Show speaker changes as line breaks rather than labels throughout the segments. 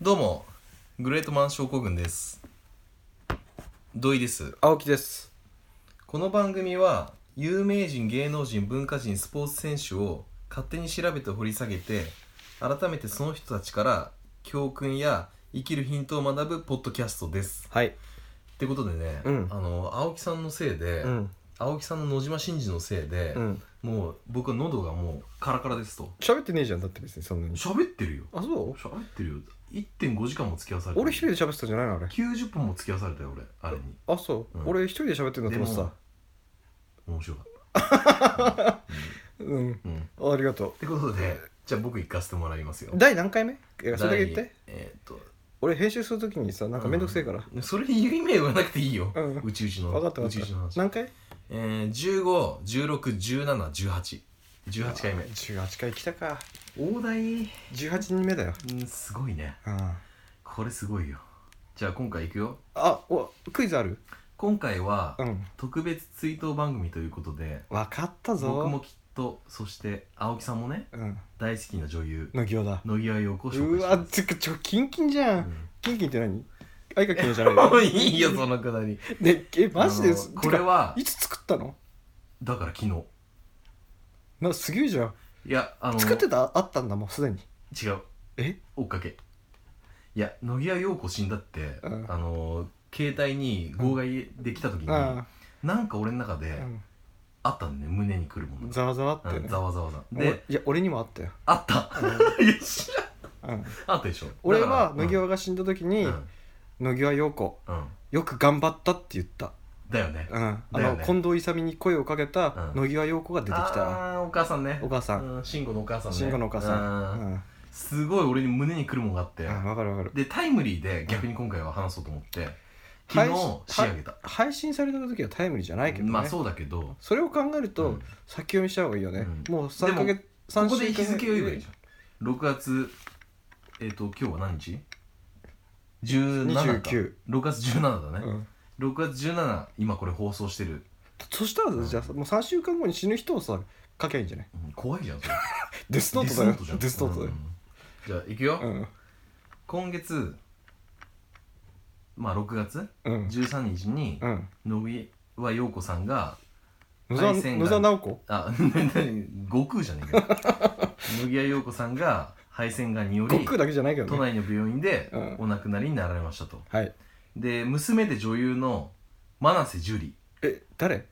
どうも、グレートマン症候群です。土井です。
青木です
この番組は、有名人、芸能人、文化人、スポーツ選手を勝手に調べて掘り下げて、改めてその人たちから教訓や生きるヒントを学ぶポッドキャストです。
はい
ってことでね、
うん
あの、青木さんのせいで、
うん
青木さんの野島真二のせいで、
うん
もう僕は喉がもうカラカラですと。
喋ってねえじゃんだって別にそんなに
喋ってるよ。
あそう
喋ってるよ。1.5時間も付き合わされてる
俺一人で喋ってたんじゃないのあれ
90分も付き合わされたよ俺あれに
あそう、
うん
俺一人で喋ってんだと思ってた
面白かっ
うん
た、うん、っ
ありがと
てことでじゃあ僕行かせてもらいますよ
う第何回目いやそれだけ言っ
第
て
えーっと
俺編集するときにさなんかめんどくせえから、
それに指名言わなくていいよ、
うん
うちうちの
分かった
うち
分
う
かっ
ち
た
の話、
何回
えー、1516171818回目
18回来たか
大台、
18人目だよ
うん、すごいね
あ
これすごいよじゃあ今回行くよ
あおクイズある
今回は
うん
特別追悼番組ということで
分かったぞ
僕もきっとそして青木さんもね
うん
大好きな女優
のぎょうだ
野際陽子を紹介
う
しま
わ
す
つくちょキンキンじゃん、
うん
キンキンって何愛かきんじゃ ないよ
いいよそのくだり
ねえマジで
あのこれは
てかいつ作ったの
だから昨日
なすげえじゃん
いやあの
作ってたあったんだもうすでに
違う
え
追っかけいや野際陽子死んだって、
うん
あの携帯に号外できた時に、
あ
なんか俺の中
あ
であったんだね胸にくるもの
ざわざわって
うん
ね
ざわざわだ
で
で
いや俺にもあったよ、
あった
う
いや知らん
んうん
あったでしょ
俺は
だか
野
ら
際が死んだ時に
うん
野際陽子
うんうん
よく頑張ったって言った、
だよね
うんあ
だよ
の
ね
近藤勇に声をかけた
うん
野際陽子が出てきた
あーお母さんね
お母さん
うん慎吾のお母さんね
慎吾のお母さ
うん
んうん
すごい俺に胸にくるもんがあって、
あ分かる分かる
でタイムリーで逆に今回は話そうと思って昨日仕上げた、
配信された時はタイムリーじゃないけどね
まあそうだけど
それを考える
う
と
ん
先読みした方がいいよね
うん
もう3ヶ月
こ
3
こで
週
日
間
付を言えばいいじゃん6月えっ、と今日は何日 ?17 か
29
6月17だね、
うん
6月17今これ放送してる、
そしたら
うん
さじゃあさもう3週間後に死ぬ人をさ書きゃいいんじゃない
うん怖いじゃんそれ
デスノートだよ
じゃん
デスノートだよ
うんじゃあいくよ、
うん
今月まあ6月
うん
13日に
うん
野際陽子さんが
野沢
配線が
野沢直子
あ、 何悟空じゃねえかよ麦谷陽子さんが配線がんにより
悟空だけじゃないけど
都
ね
内の病院で
うん
お亡くなりになられましたと、
はい
で娘で女優の真瀬樹里
え誰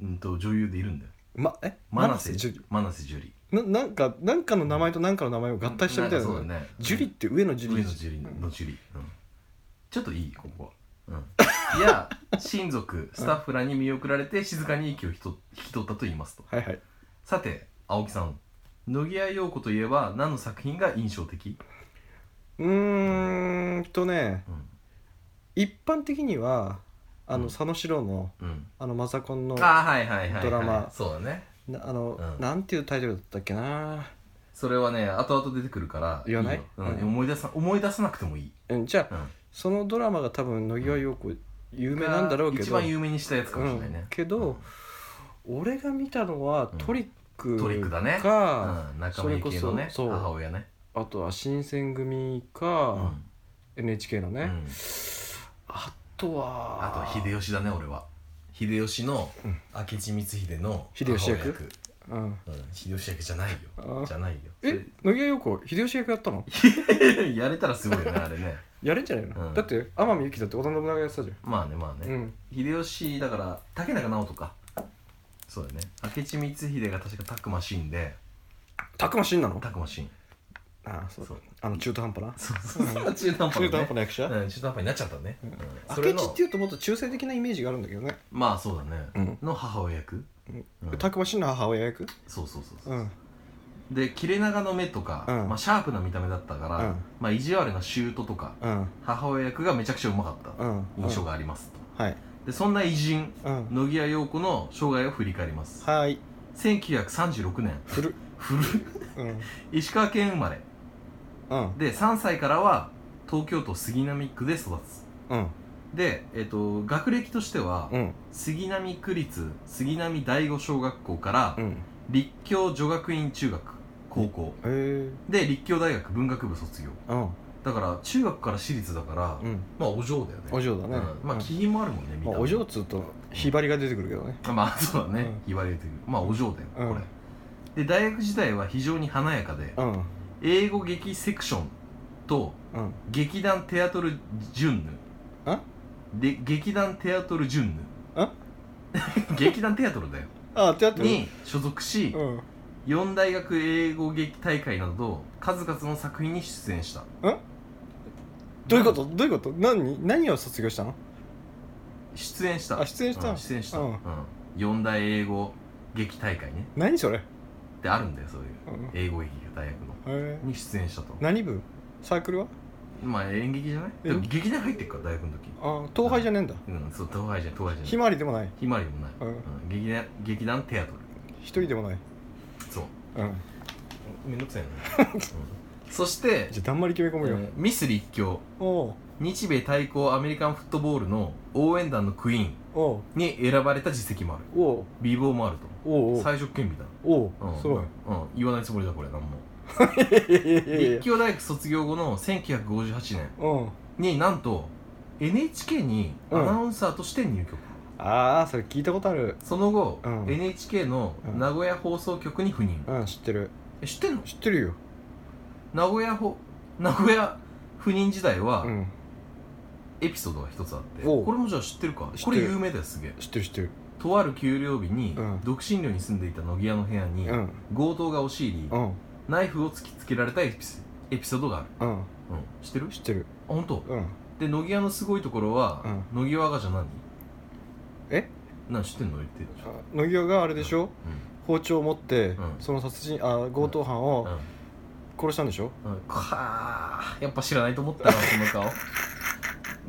うんと女優でいるんだよ
まえ
真瀬
ジュリ
真瀬樹里
ななんかなんかの名前となんかの名前を合体したみた
なん
いな
かそうだね
ジュリって上のジュ
上
リ
の樹里の樹里、うんちょっといいここは、 うん、いや親族スタッフらに見送られて静かに息をひと引き取ったと言いますと
はいはい
さて青木さん野際陽子といえば何の作品が印象的、
うーんとね
うん
一般的にはあ
うん
の佐野史郎の
うん、
あのマザコンのな
あーはいはいはい、はい、
ドラマ
そうだね
あの
うん
なんていうタイトルだったっけな
それはね後々出てくるから
言わない
ようん
うん
思い出さ思い出さなくてもいい、
うんじゃ
う
あ
ん、
そのドラマが多分野際陽子有名なんだろうけ
一
ど
番有名にしたやつかもしれないね、
うんけど俺が見たのは
うん
トリック
トリックだねう
か
ん、仲間由紀恵のね
それこそそう
母親ね
あとは新選組
う
か、
ん
NHK のね、
うん
あとは
あと秀吉だね俺は秀吉の
うん
明智光秀の
秀吉役
母
うん、
親うん、秀吉役じゃないよ
あ
じゃないよ
え乃木陽子秀吉役やったの
それ やれたらすごいよねあれね
やれんじゃないの、
うん
だって天海祐希だって織田信長やってたじ
まあねまあ
ゃん、
ね、
うん
秀吉だから竹中直人かそうだね明智光秀が確かタックマシンで
たくましんなの
タックマシン
ああそう
そう
あの中途半端な
そう そうそう 中途半端
中途
だね
半端な役者、
うん中途半端になっちゃったね、
うん
うん、それ
明智
の
っていうともっと中性的なイメージがあるんだけどね、
まあそうだね、
うん
の母親役、うん
たくましんの母親役
そうそうそうそうう、
ん
で切れ長の目とか、
うん
まあ、シャープな見た目だったから、
うん
まあ、意地悪なシュートとか
うん
母親役がめちゃくちゃうまかった
うん
印象があります、
はい
でそんな偉人
うん
野際陽子の生涯を振り返ります、
はい
1936年
古っ
古い
うん
石川県生まれ
うん
で3歳からは東京都杉並区で育つ
うん
で、えっと学歴としては、
うん
杉並区立杉並第五小学校から、
うん
立教女学院中学高校
へえ
で立教大学文学部卒業
うん
だから中学から私立だから、
うん
まあお嬢だよね
お嬢だね
うんまあ
うん
気品もあるもんね見た
ま
目
あお嬢っつうとひばりが出てくるけどね
まあそうだね、
うん
言われてるまあお嬢だよ、
うん
これで大学時代は非常に華やかで、
うん
英語劇セクションと
うん
劇団テアトルジュンヌ
ん
で劇団テアトルジュンヌ
ん
劇団テアトルだよ
ああ手当
に所属し
うん
四大学英語劇大会など数々の作品に出演した
どういうことどういうこと何何を卒業したの
出演した
あ出演した
うん出演した、
う
うん
ん
四大英語劇大会ね
何それ、
ってあるんだよそういう
うん
英語劇が大学の
え
に出演したと
ー、何部サークルは
まあ演劇じゃないでも
演
劇団入ってっから大学の時
ああ東廃じゃねえんだ
うんそう東海じゃない東海じゃない
ひまわりでもない
ひまわりもない、
うん
うん劇団劇団テアトル
一人でもない
そう
うん
めんどくさいよね、うんそして、
じゃあだんまり決め込むよ、
えーミス立教
お
日米対抗アメリカンフットボールの応援団のクイーン
うおう
に選ばれた実績もある
おう
美貌もあると
おうおう
最色顕微だ
おう
うん
すごい
うん、言わないつもりだこれなんも
いやいやいやいや
立教大学卒業後の1958年
うん
になんと NHK にアナウンサーとして入局、
ああそれ聞いたことある
その後、
うん
NHK の名古屋放送局に赴任、
うん知ってる
え知ってんの
知ってるよ
名古屋ほ名古屋赴任時代は
うん
エピソードが一つあって、
おう
これもじゃあ知ってるか
知ってる
これ有名だよすげえ
知ってる知ってる
とある給料日に、
うん
独身寮に住んでいた乃木屋の部屋に、
うん
強盗が押し入り、
うん
ナイフを突きつけられたエピスエピソードがある、
うん
うん、知ってる
知ってる
あ本当。
うん
で乃木屋のすごいところは、乃木若じゃ何
え
なん知ってんの言ってるでしょ
あ乃木があれでしょ包丁を持って、
うん
その殺人あ強盗犯を
うん、うん
殺したんでしょ、
うんはあやっぱ知らないと思ったなその顔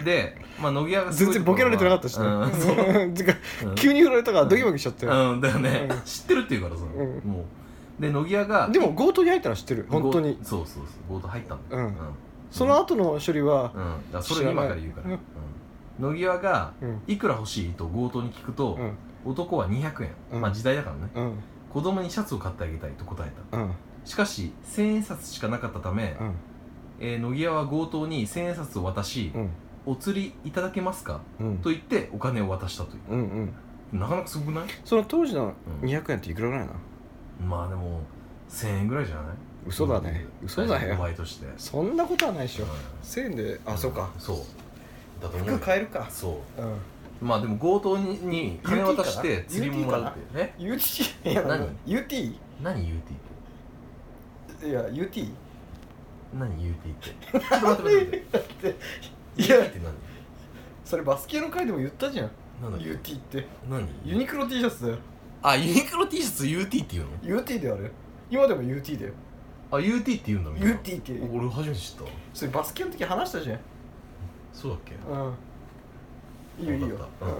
で、まあ、乃木屋がす
全
ごいとこ
然ボ
ろ
ケ
は
ら れてなかったしね、
うんそう
てか
うん
急に振られたからドキドキしちゃって、
うんだよね、
うん
知ってるって言うからさ、
うん
もうで乃木屋が
でも強盗に入ったら知ってる
ご
本当に
そうそうそう強盗入ったんだ
う
よ、
んその後の処理は
うん、うん、だからそれ今から言うから、
知
う
ら
ん乃木屋が
うん
いくら欲しいと強盗に聞くと
う、ん
男は200円、
うん
まあ時代だからね
うん
子供にシャツを買ってあげたいと答えた
うん
しかし千円札しかなかったため、
うん
えー乃木屋は強盗に千円札を渡し、
うん
お釣りいただけますか
うん
と言ってお金を渡したとい
うんうん
うなかなかすごくない
その当時の
うん
200円っていくらぐらいな
まあでも1000円ぐらいじゃない
嘘だね
うん
嘘だよ
バイトして
そんなことはないでしょ
うん
1000円であそうか
そうだと思う
服買えるか
そ
うん
うまあでも強盗にに金渡して
UT
釣りももらうってね
UT い や
何
UT
何 UT って
いや UT
何 UT ってちょっと待って待って待って
いや
UT って
それバスケの回でも言ったじゃん
何なんだっけ
UT って
何
ユニクロ T シャツだよ
あユニクロ T シャツ UT って言うの
UT だよあれ今でも UT だよ
あ UT って言うんだみんな
UT って
俺初めて知った
それバスケの時話したじゃん
そうだっけ
うんいいよいいよ
わかったうん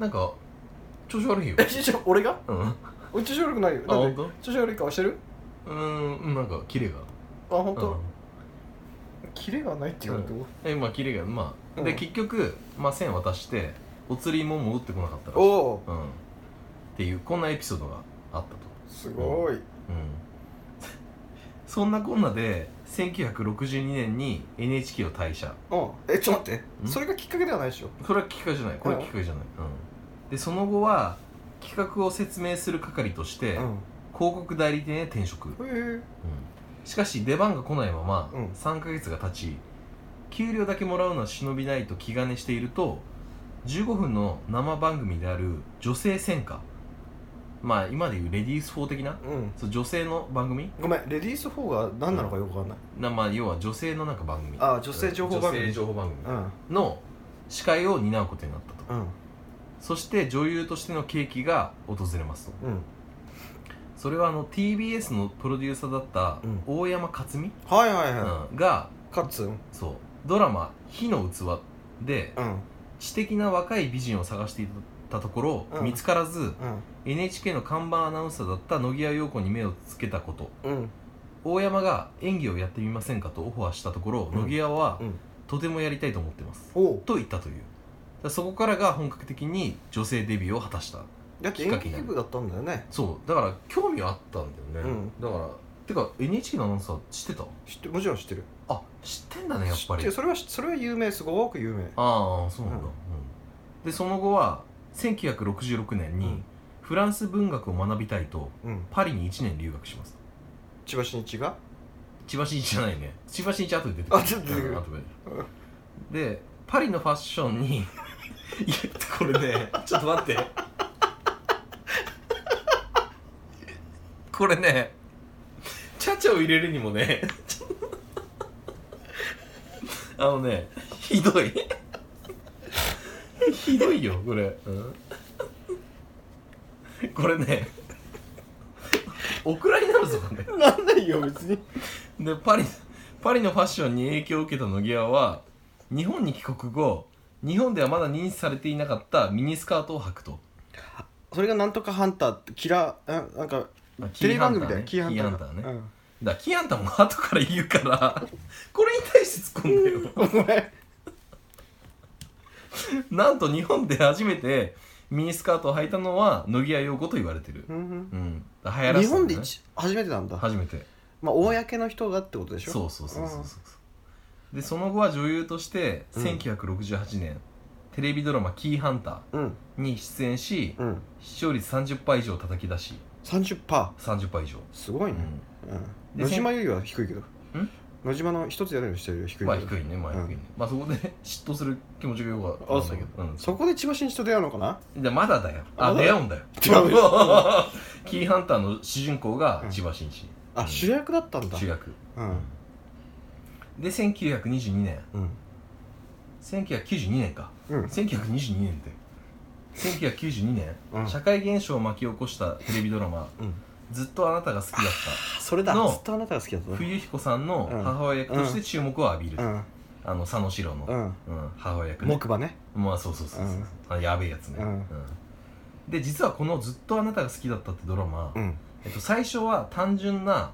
なんか調子悪いよ
えちょちょ俺が
うんあ
俺調子悪くないよだって
本当
調子悪い顔してる
うーんなんかキレが
あ本
うん
当キレがないって言われても
えまあキレがまあ、
うん
で結局、まあ、1000渡してお釣りも戻ってこなかったらしい
おお
うん、っていうこんなエピソードがあったと
すごい
うん そんなこんなで1962年に NHK を退社
うんえちょっと待って
ん
それがきっかけではないでしょ
それはきっかけじゃないこれはきっかけじゃない、うん、でその後は企画を説明する係として、
うん
広告代理店へ転職、
へえ
しかし出番が来ないまま
うん
3ヶ月が経ち給料だけもらうのは忍びないと気兼ねしていると15分の生番組である「女性戦歌」まあ今でいうレディース4的な
うん
そう女性の番組
ごめんレディース4が何なのかよくわかんない
な、まあ、要は女性のなんか番組
あ女性情報番組
女性情報番組
うん
の司会を担うことになったと
うん
そして女優としての契機が訪れますと
うん
それはあの TBS のプロデューサーだった
うん
大山克実、
はいはいうは
んが
いカッツン
そうドラマ「火の器」で
うん
知的な若い美人を探していたところ、
うん
見つからず
うん
NHK の看板アナウンサーだった野際陽子に目をつけたこと
うん
大山が演技をやってみませんかとオファーしたところ、
うん
野際は、
うん
とてもやりたいと思ってます
おう
と言ったというだからそこからが本格的に女性デビューを果たした
だって演劇部だったんだよね
そうだから興味はあったんだよね、
うん
だからてか NHK のアナウンサー知ってた
知ってもちろん知ってる
あ知ってんだねやっぱ
知
り
ってるそれはそれは有名すごく有名
ああそうなんだ、
うん
うんでその後は1966年
う
に
ん
フランス文学を学びたいと
うん
パリに1年留学します
千葉真一が
千葉真一じゃないね千葉真一後で出て
あちょっと出てくる
うん後ででパリのファッション にいやこれねちょっと待ってこれねチャチャを入れるにも ねちょあのねひどいひどいよこれ、うんこれねお蔵に なるぞこれ
なんないよ別に
でパリパリのファッションに影響を受けた野際は日本に帰国後日本ではまだ認知されていなかったミニスカートを履くと
それがなんとかハンターってキラーあなんか
まあキ
テレ
ー
ビ
ハ
番
ンター
組だ
ね
よキーハ
キーハン
ンターが
ターね
うん
だからキアンタも後から言うからこれに対して突っ込んだよ
お前
なんと日本で初めてミニスカートを履いたのは野際陽子と言われてる
う、ん
うん、だから流行ら
日
せたの
本
ね
で一初めてなんだ
初めて
まあ公の人がってことでしょ
そうそうそうそうそうそうでその後は女優として
うん
1968年、テレビドラマ「キーハンタ
うん
ー」に出演し、
うん
視聴率30%以上叩き出し
30%?
30%以上、
すごいね、うん
で
野島よりは低いけど野島の一つ屋根の下よりは低いけ
うん、
ど
まあ低いねまあ低いね、まあそこで 嫉妬する気持ちがよかったんだけどうん
そこで千葉真一と出会うのかな
じゃあまだだよあ
まだ
出会うんだよ
出会う
キーハンターの主人公が
うん
千葉真一、
あ主役だったんだ
主役
うん
で1922年
うん
1992年か
うん
1922年って1992年、
うん
社会現象を巻き起こしたテレビドラマ
うん
「ずっとあなたが好きだっ
それだ
の
ずっとあなたが好きだった
た」
ね
冬彦さんの母親役として注目を浴びる、
うん
あの佐野史郎の、
うん
うん、母親役ね
木馬ね
まあそうそうそうそう、
うん
あやべえやつね、
うん
で実はこの「ずっとあなたが好きだった」ってドラマ、
うん
えっと、最初は単純な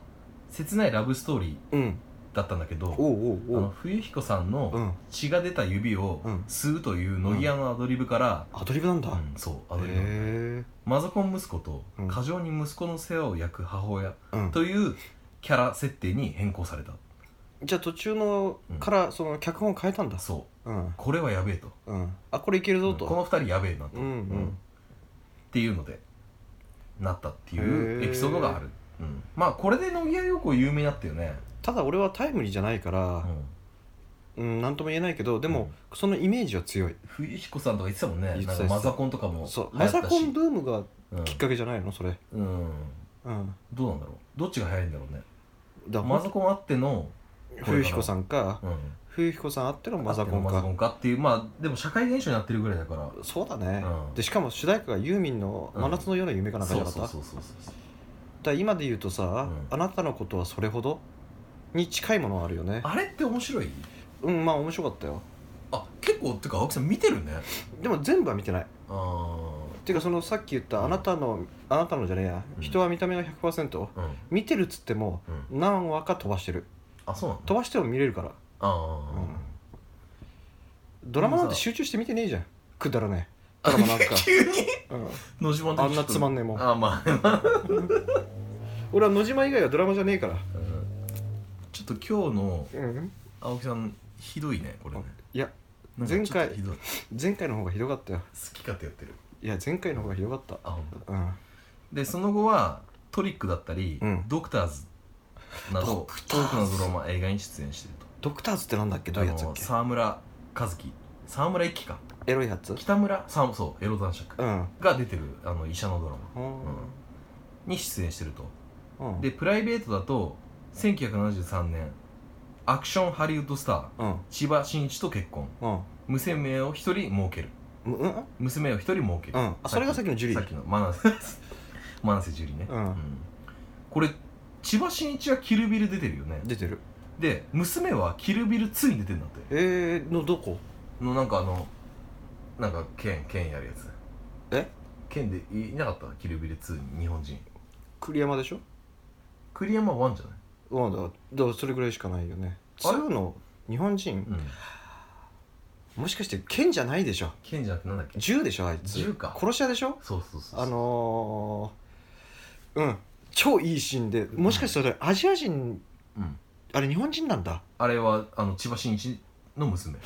切ないラブストーリ
うん
ーだったんだけど
おう
あ
おうお
の
う
冬彦さん
う
の
ん
血が出た指を
うん
吸うという乃木屋のアドリブから、
アドリブなんだ
うんそうアドリブ、
へ
マザコン息子と
うん
過剰に息子の世話を焼く母親
えうん
というキャラ設定に変更された、
じゃあ途中のからその脚本変えたんだ
そう
うん
これはやべえと、
うんあこれいけるぞ
こ
と
の二人やべえなと、
うんうん
っていうのでなったっていう
へ
エ
ー
ピソードがある、うん、まあこれで乃木屋陽子有名になったよね、
ただ俺はタイムリーじゃないか
う
ら
ん、
うんなんとも言えないけどでもそのイメージは強い
冬彦さんとか言ってたもんね
言って
な
た
んかマザコンとかも
そ
流行
うマ
った
ザ
し
コンブームがきっ
う
かけじゃないのそれ
ん、うん、
うん
どうなんだろうどっちが早いんだろうね
だ
マザコンあっての、
冬彦さんか
うん、
冬彦さんあってのマザ
あって
コン
のマザ
か
コンかっていうまあでも社会現象になってるぐらいだから
そうだね、
うん
でしかも主題歌がユーミンの「
うん
真夏のような夢」かなんかじ
そ
ゃ
う
なかった、
そう
だか
そうそうそう
ら今で言うとさ、
ん
あなたのことはそれほど」に近いものはあるよね
あれって面白い
うんまあ面白かったよ
あ結構ってか青木さん見てるね
でも全部は見てないっ
あー
ていうかそのさっき言った「
うん
あなたの、あなたのじゃねえや、
うん
人は見た目が100%
うん」
見てるっつっても
うん
何話か飛ばしてる
あそうなの
飛ばしても見れるから
あー、、
うんドラマなんて集中して見てねえじゃんくだらねえドラマなんか
急に
うん、
野島
あんなつまんねえもん
あまあ、
俺は野島以外はドラマじゃねえから
ちょっと今日の
うん
青木さんひどいねこれね
いや
なんかちょっと
前回
ひどい好
前回の方がひどかったよ
き勝手やってる
いや前回の方がひどかった
あ本当。
うん
でその後はトリックだったり、
うん
ドクターズな
ド
ど
クター
多
ズ
くのドラマ映画に出演してると
ドクターズってなんだっけどういうやつだっ
あの
け
沢村和樹沢村一樹か
エロいやつうん
北村沢そうエロ男爵
うん
が出てるあの医者のドラマに出演してると
うん
でプライベートだと1973年アクションハリウッドスター
うん
千葉真一と結婚
うん
娘を一人儲ける
うんうん
娘を一人儲ける、
うんあそれがさっきのジュリ
さ
ー
っきのマナセマナセジュリね、
うん
これ千葉真一はキルビル出てるよね
出てる
で娘はキルビル2に出てるんだって
えーのどこ
のなんかあのなんか剣剣やるやつ
え
剣でいいなかったキルビル2に日本人
栗山でしょ
栗山1じゃない
うんだだからそれぐらいしかないよね
あれ
2の日本人
うん
もしかして剣じゃないでしょ
剣じゃなくてなんだっけ
銃でしょあいつ
銃か
殺し屋でしょ
そうそうそうそう
あのーうん超いいシーンでもしかしたらアジア人
うん、
あれ日本人なんだ
あれはあの千葉真一の娘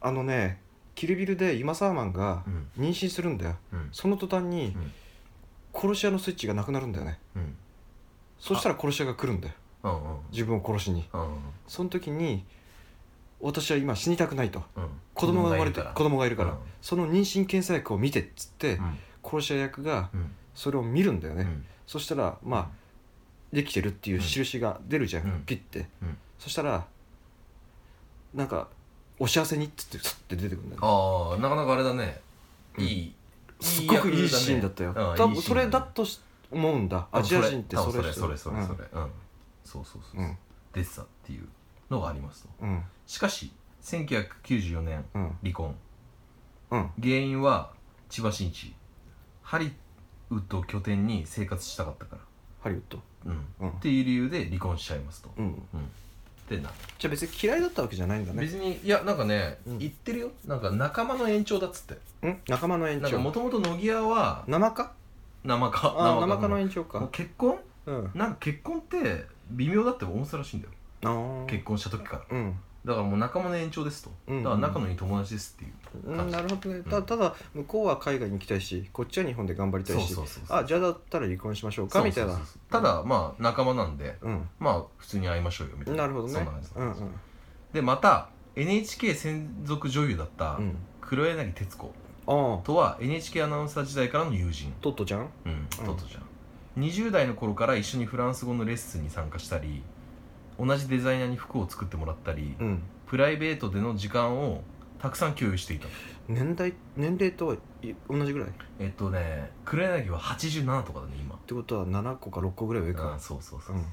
あのねキルビルで今サーマンが
うん
妊娠するんだよ
うん
その途端に
うん
殺し屋のスイッチがなくなるんだよね
うん
そしたら殺し屋が来るんだよ
うんうん
自分を殺しに
うん
その時に私は今死にたくないと
うん
子供が生まれて子
供
供がいるから、
うん
その妊娠検査薬を見てっつって、
うん
殺し屋役が
うん
それを見るんだよね、
うん
そしたらまあできてるっていう印が出るじゃん、
うん
ピッて、
うん
そしたらなんか「お幸せに」っつってスッて出てくるんだよね
ああなかなかあれだね
うん
いい
すっごくいいシーンだったよ、
うん
多
いい
分
シーンだ
そ
ね
れだとし思うんだアジア人って
多分
そ
そ
れ
れそれそれそれ
う
うんそうそうそうそうん
うん
出てたっていうのがありますと
うん
しかし1994年
うん
離婚
うん
原因は千葉真一ハリウッドを拠点に生活したかったか
ハリウッド
らうん
うん
っていう理由で離婚しちゃいますと
うん
でな
じゃあ別に嫌いだったわけじゃないんだね
別にいやなんかね
うん
言ってるよなんか仲間の延長だっつって
ん仲間の延
なんか
長
もともと乃木屋は
生か
生か
ああ生かの
も
延長
う
か
結婚
うん
なんか結婚って微妙だって思ってたらしいんだよ
あー
結婚した時から
うん
だからもう仲間の延長ですと
うんう
だか
ん
ら仲のいい友達ですっていう
うん、なるほどね、
う
た
ん
ただ向こうは海外に行きたいしこっちは日本で頑張りた
そう
いし
そうそうそう
あじゃあだったら離婚しましょうかみたい
そ
な
うそうそうそうただまあ仲間なんで
うん
まあ普通に会いましょうよみたいな
なるほど
そん
ね
な感じ
うんうん
でまた NHK 専属女優だった
うん
黒柳徹子
ああ
とは NHK アナウンサー時代からの友人
トットちゃん
うんトットちゃん20代の頃から一緒にフランス語のレッスンに参加したり同じデザイナーに服を作ってもらったり
うん
プライベートでの時間をたくさん共有していた
年代年齢とい同じぐらいっ
えっとね黒柳は87とかだね今
てことは7個か6個ぐらい上
う
か
ん、そうそうそうう、
ん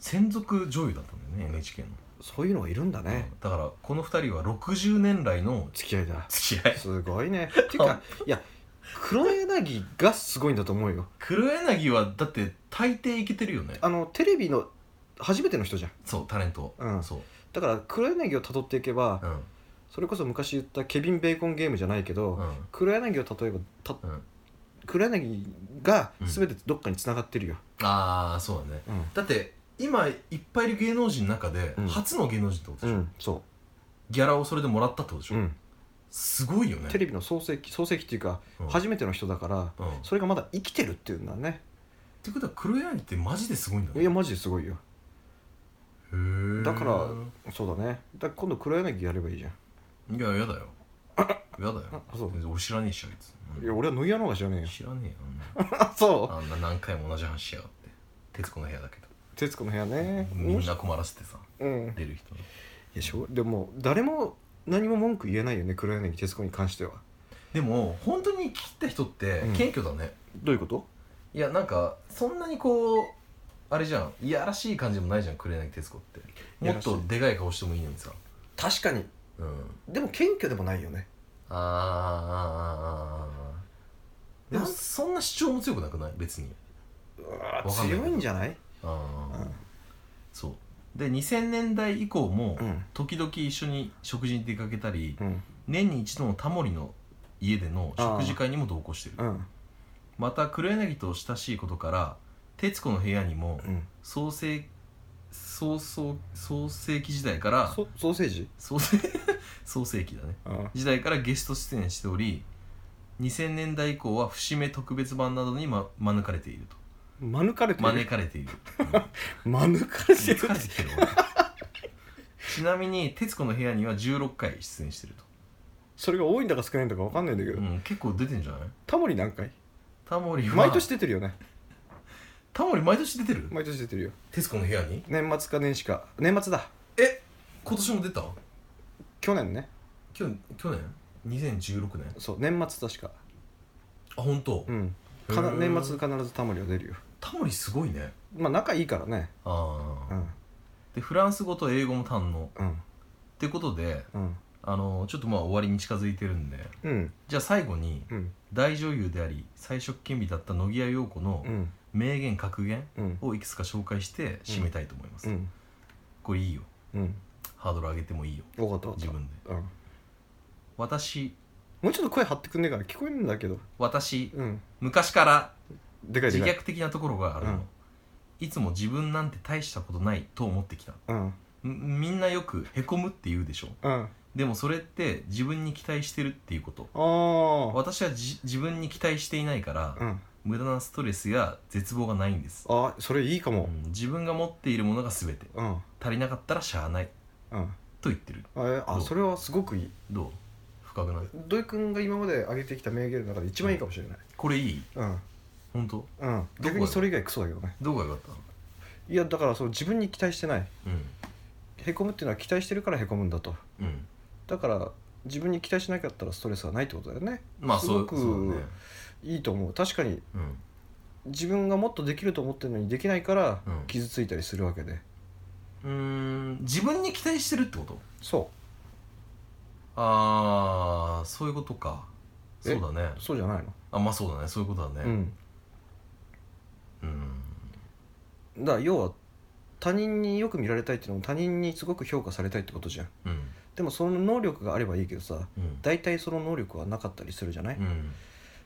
専属女優だったんだよね NHK の、
そういうのがいるんだね、
うんだからこの2人は60年来の
付き合いだ
付き合い
すごいねっていうかいや黒柳がすごいんだと思うよ
黒柳はだって大抵いけてるよね
あのテレビの初めての人じゃん
そうタレント、
うん
そう、
だから黒柳をたどっていけば、
うん
それこそ昔言ったケビン・ベーコンゲームじゃないけど、
うん
黒柳を例えばた
うん、
黒柳が全てどっかに繋がってるよ、
ああそうだね
うん
だって今いっぱいいる芸能人の中で、
うん
初の芸能人ってことでしょ、
そ
ギャラをそれでもらったってことでし
う、
ょ、
うん、
すごいよね
テレビの創世記創世記っていうか、
うん
初めての人だから
うん、っ
それがまだ生きてるっていうんだね
てことは黒柳ってマジですごいんだね
いやマジですごいよ
へー
だからそうだねだから今度黒柳やればいいじゃん
いや、やだ よ。やだよ。
あそう
俺知らねえし、あいつ。うん
いや俺は乃木屋の方が知らねえよ
知らねえよ。
あ
あん
そ
なあんな何回も同じ話しやがって。徹子の部屋だけど。
う徹子の部屋ね
みんな困らせてさ、
うんい
出る人に。
やしょでも誰も何も文句言えないよね黒柳徹子に関しては
でも、本当に切った人って
うん
謙虚だね。
どういうこと
いや、なんか、そんなにこう、あれじゃん。いやらしい感じもないじゃん、黒柳徹子って。もっ
いや
と
らし
でかい顔してもいいのにさ。
確かに
うん。
でも謙虚でもないよね
あーあー、あーあー。で
でも
も、そんな主張も強くなくない別に。
うわー
わかんないけど
強いんじゃない
ああ、
うん
そう。で、2000年代以降も、
うん
時々一緒に食事に出かけたり
うん
年に一度のタモリの家での食事会にも同行してる
うん
また黒柳と親しいことから『徹子の部屋』にも
うん
創世創創創世紀時代から
ソソーセージ
創世 創世紀だね
あ
時代からゲスト出演しており2000年代以降は節目特別版などに、ま、免れていると
免れて
招
る
かれている
免れてる
疲れてきてる俺 ちなみに『徹子の部屋』には16回出演してると
それが多いんだか少ないんだか分かんないんだけど、
うん、結構出てんじゃない
タモリ何回
タモリは
毎年出てるよね
タモリ毎年出てる
毎年出てるよ
徹子の部屋に
年末か年始か年末だ
え今年も出た
去年ね
去去年2016年
そう年末確か
あ本当、
うんかな
へー
年末必ずタモリは出るよ
タモリすごいね
まあ仲いいからね
ああ、
うん
でフランス語と英語も堪能
うん
ってことで
うん
あのちょっとまあ終わりに近づいてるんで
うん
じゃあ最後に
うん
大女優であり才色兼備だった乃木屋陽子の
うん
名言格言
うん
をいくつか紹介して締めたいと思います、
うん
これいいよ
うん
ハードル上げてもいいよ
分かった
自
分かっ
分で
た、うん、
私
もうちょっと声張ってくんねえから聞こえるんだけど
私
うん
昔から
でかい
自
でかい
虐的なところがあるの、
うん
いつも自分なんて大したことないと思ってきた
うん
んみんなよくへこむって言うでしょ
うん
でもそれって自分に期待してるっていうこと
ああ
私はじ自分に期待していないから、
うん
無駄なストレスや絶望がないんです、
あそれいい
う
かも
ん自分が持っているものが全て
うん
足りなかったらしゃあない
うん
と言ってる
あえ
ど
あ
う
それはすごくいい
どう深くない
土井君が今まで上げてきた名言の中で一番いいかもしれない
これいい
うん
本当
うん
どこ
逆
が
にそれ以外クソだけどね
どこが良かっ
いやだからそう自分に期待してない
たうん
へこむっていうのは期待してるからへこむんだと
うん
だから自分に期待しなかったらストレスはないってことだよね
まあ
す
そ
ご
う
く
そうだね
いいと思う確かに
うん
自分がもっとできると思ってるのにできないから
うん
傷ついたりするわけで、
うーん自分に期待してるってこと
そ
ああそういうことか
え
そうだね
うそうじゃないの
あまあそうだねそういうことだ
う
ね
ん
うん
だから要は他人によく見られたいっていうのも他人にすごく評価されたいってことじゃん
うん
でもその能力があればいいけどさ
うん
大体その能力はなかったりするじゃない、
うん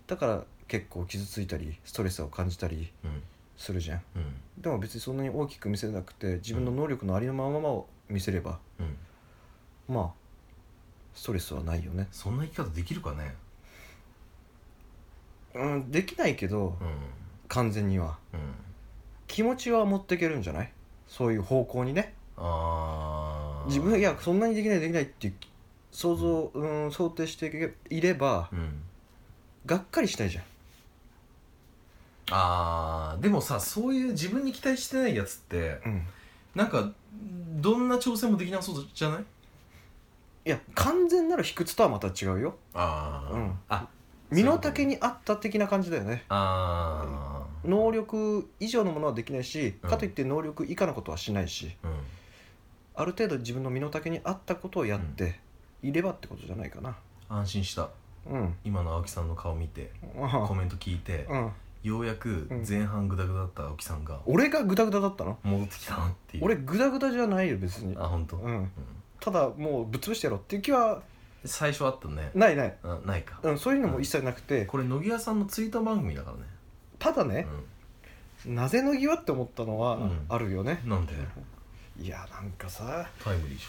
だから結構傷ついたりストレスを感じたり
うん
するじゃん
うん
でも別にそんなに大きく見せなくて自分の能力のありのままを見せれば、
うん
まあストレスはないよね
そんな生き方できるかね
うんできないけど
うん
完全には
うん
気持ちは持っていけるんじゃないそういう方向にね
ああ
自分いやそんなにできないできないっていう想像、うん、想定していれば
うん
がっかりしたいじゃん
あーでもさそういう自分に期待してないやつって
うん
なんかどんな挑戦もできなそうじゃない
いや完全なる卑屈とはまた違うよ
あー、
うん
あ
身の丈に合った的な感じだよね
あー
能力以上のものはできないし
うん
かといって能力以下のことはしないし、
うん
ある程度自分の身の丈に合ったことをやっていればってことじゃないかな
安心した
うん
今の青木さんの顔見て
あ
コメント聞いて
あうん
ようやく前半グダグダだった青木さんが
俺がグダグダだったの
戻ってきたなっていう
俺グダグダじゃないよ別に
あ本当、
う
うん
んただもうぶっ潰してやろうっていう気は
最初あったね
ないない
あないか、
うんそういうのも一切なくて
これ乃木屋さんのツイート番組だからね
ただねなぜのぎはって思ったのは
うん
あるよね
うん、なんで
いやなんかさ
タイムリーでし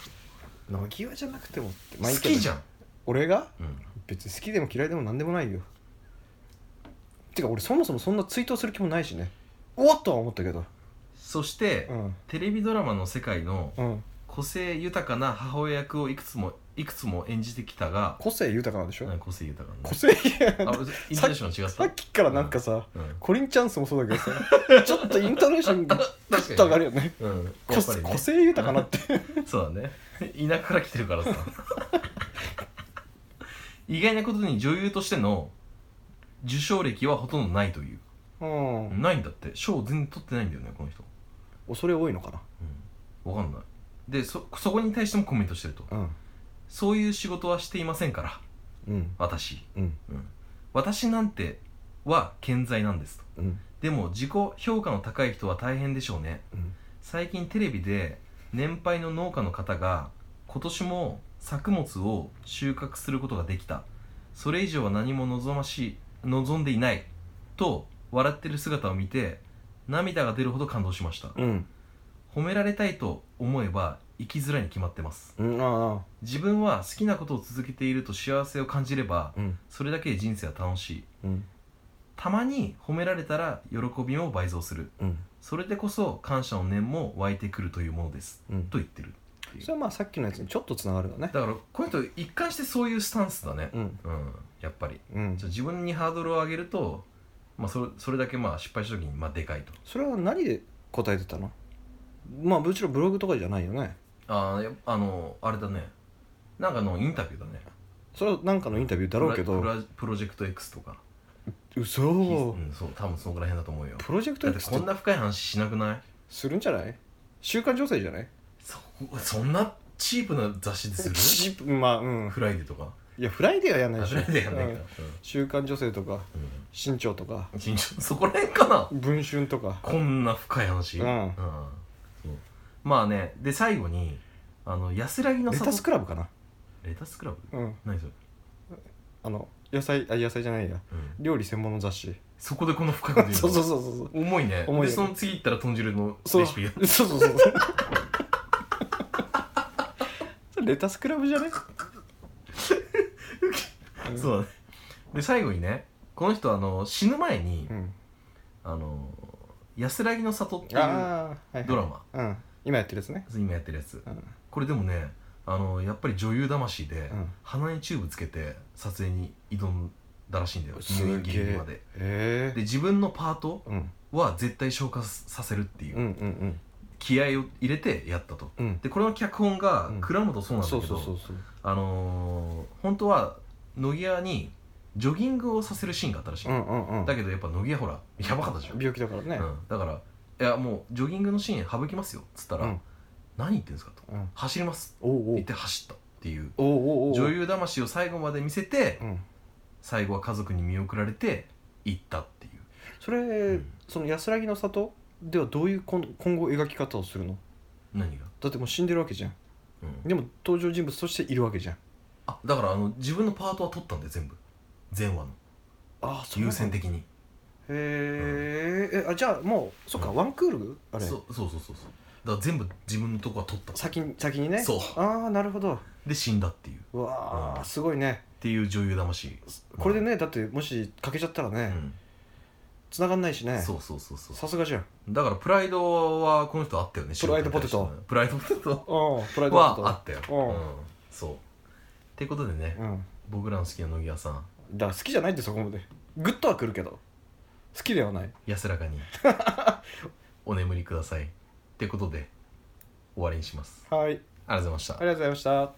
野際じゃなくてもって
ょ好きじ
ゃん
ゃん、
俺が
うん、
別に好きでも嫌いでも何でもないよてか俺そもそもそんな追悼する気もないしねおっとは思ったけど
そして、
うん
テレビドラマの世界の
うん
個性豊かな母親役をいくつもいくつも演じてきたが
個性豊かなんでしょ、
うん個性豊かな
個性
あ
豊か
イントネーション違っ
さ
た
っきからなんかさ、
うん
コリンチャンスもそうだけど さちょっとイントネーションがグッ
確
と
か
上が
にね
るよね
うんやっ
個
ぱりね
個性豊かなって
そうだね田舎から来てる からさ意外なことに女優としての受賞歴はほとんどないという
うん
ないんだって賞全然取ってないんだよねこの人
恐れ多いのか
うんわかんないでそそこに対してもコメントしてると
なうん
そういう仕事はしていませんから
うん
私
うん
私なんては健在なんですと
うん
でも自己評価の高い人は大変でしょうね
うん
最近テレビで年配の農家の方が今年も作物を収穫することができたそれ以上は何も望ましい望んでいないと笑ってる姿を見て涙が出るほど感動しました
うん
褒められたいと思えば生きづらいに決まってます
うんあ
自分は好きなことを続けていると幸せを感じれば
あうん
それだけで人生は楽しい
うん
たまに褒められたら喜びも倍増する
うん
それでこそ感謝の念も湧いてくるというものです
うん
と言ってる
それはまあさっきのやつにちょっとつながるよね
だからこの人一貫してそういうスタンスだね
うん
うんやっぱり
うん
ちょ自分にハードルを上げると、まあ、それそれだけまあ失敗した時にまあでかいと
それは何で答えてたのまあもちろんブログとかじゃないよね
あーやあのあれだねなんかのインタビューだね
それは何かのインタビューだろうけ
プ
ど
ラプラプロジェクト X とか
嘘
うんそう多分そのぐらい辺だと思うよ
プロジェクト
だってこ
X
ん
って
な深い話しなくない
するんじゃない週刊女性じゃない
そそんなチープな雑誌でする
チップまあうん
フライデーとか
いやフライデーはやんない
あ
で
フ
しょ
ライデーやんないか
うん週刊女性とか
うん、
身長とか
うん、そこら辺かな
文春とか
こんな深い話、
うん
そうまあねで最後にあの安らぎの
レ
里
タスクラブかな
レタスクラブ
うん
何それ
ああの野菜あ野菜じゃないや
うん
料理専門の雑誌
そこでこの深く出る
そうそうそうそう
重いね
重いよね
でその次行ったら豚汁の
そう
レシピが
そうそうそうそうそれレタスクラブじゃね
そうだねで最後にねこの人あの死ぬ前に、
うん
あの安らぎの里っていう
ああはいはい
ドラマ
うん今やってるやつね
今やってるやつ
うん
これでもねあのやっぱり女優魂で、
ん
鼻にチューブつけて撮影に挑んだらしいんだよ
すげえ
ギリギリまで
え
で自分のパート
うん
は絶対消化させるっていう、
うんうん
気合を入れてやったと
うんうん
でこれの脚本が
うん
倉本そうなんだけ
そ
ど、
うそうそうそう
あのー、本当は乃木屋にジョギングをさせるシーンがあったらしい、
うんうんうん
だけどやっぱ乃木屋ほらやばかったじゃん、
病気だからね
うん、だから「いやもうジョギングのシーン省きますよ」っつったら「
うん
何言ってんですか?」と
うん
「走ります」
おう
って言
おう
って走ったっていう
おうおうおう
女優魂を最後まで見せて
うん
最後は家族に見送られて行ったっていう
それ、
ん
その安らぎの里ではどういう今今後描き方をするの
何が、
だってもう死んでるわけじゃん
うん、
でも登場人物としているわけじゃん
あだからあの自分のパートは取ったんで全部全話の
ああそ
優先的に
へーえあじゃあもうそっか、
うん
ワンクールあれ
そうそうそうそうそうだから全部自分のとこは取った
先に先にね
そう
ああなるほど
で死んだっていうっ
うわあ、
うん
すごいね
ていう女優魂
これでねだってもし欠けちゃったら
う
ね、
ん
繋がんないしね
そうそうそうそう
さすがじゃん
だからプライドはこの人あったよね
プライドポテト
プライドポテト
ああプライド
は
ポ
あ
テ
ったよ、
うん
そうってことでね、
トうん
僕らの好きな乃木屋さん
だから好きじゃないってそこまでグッとはくるけど好きではない
安らかにお眠りくださいってことで終わりにします
はいあ
あ
り
りがとうございました
がとうございました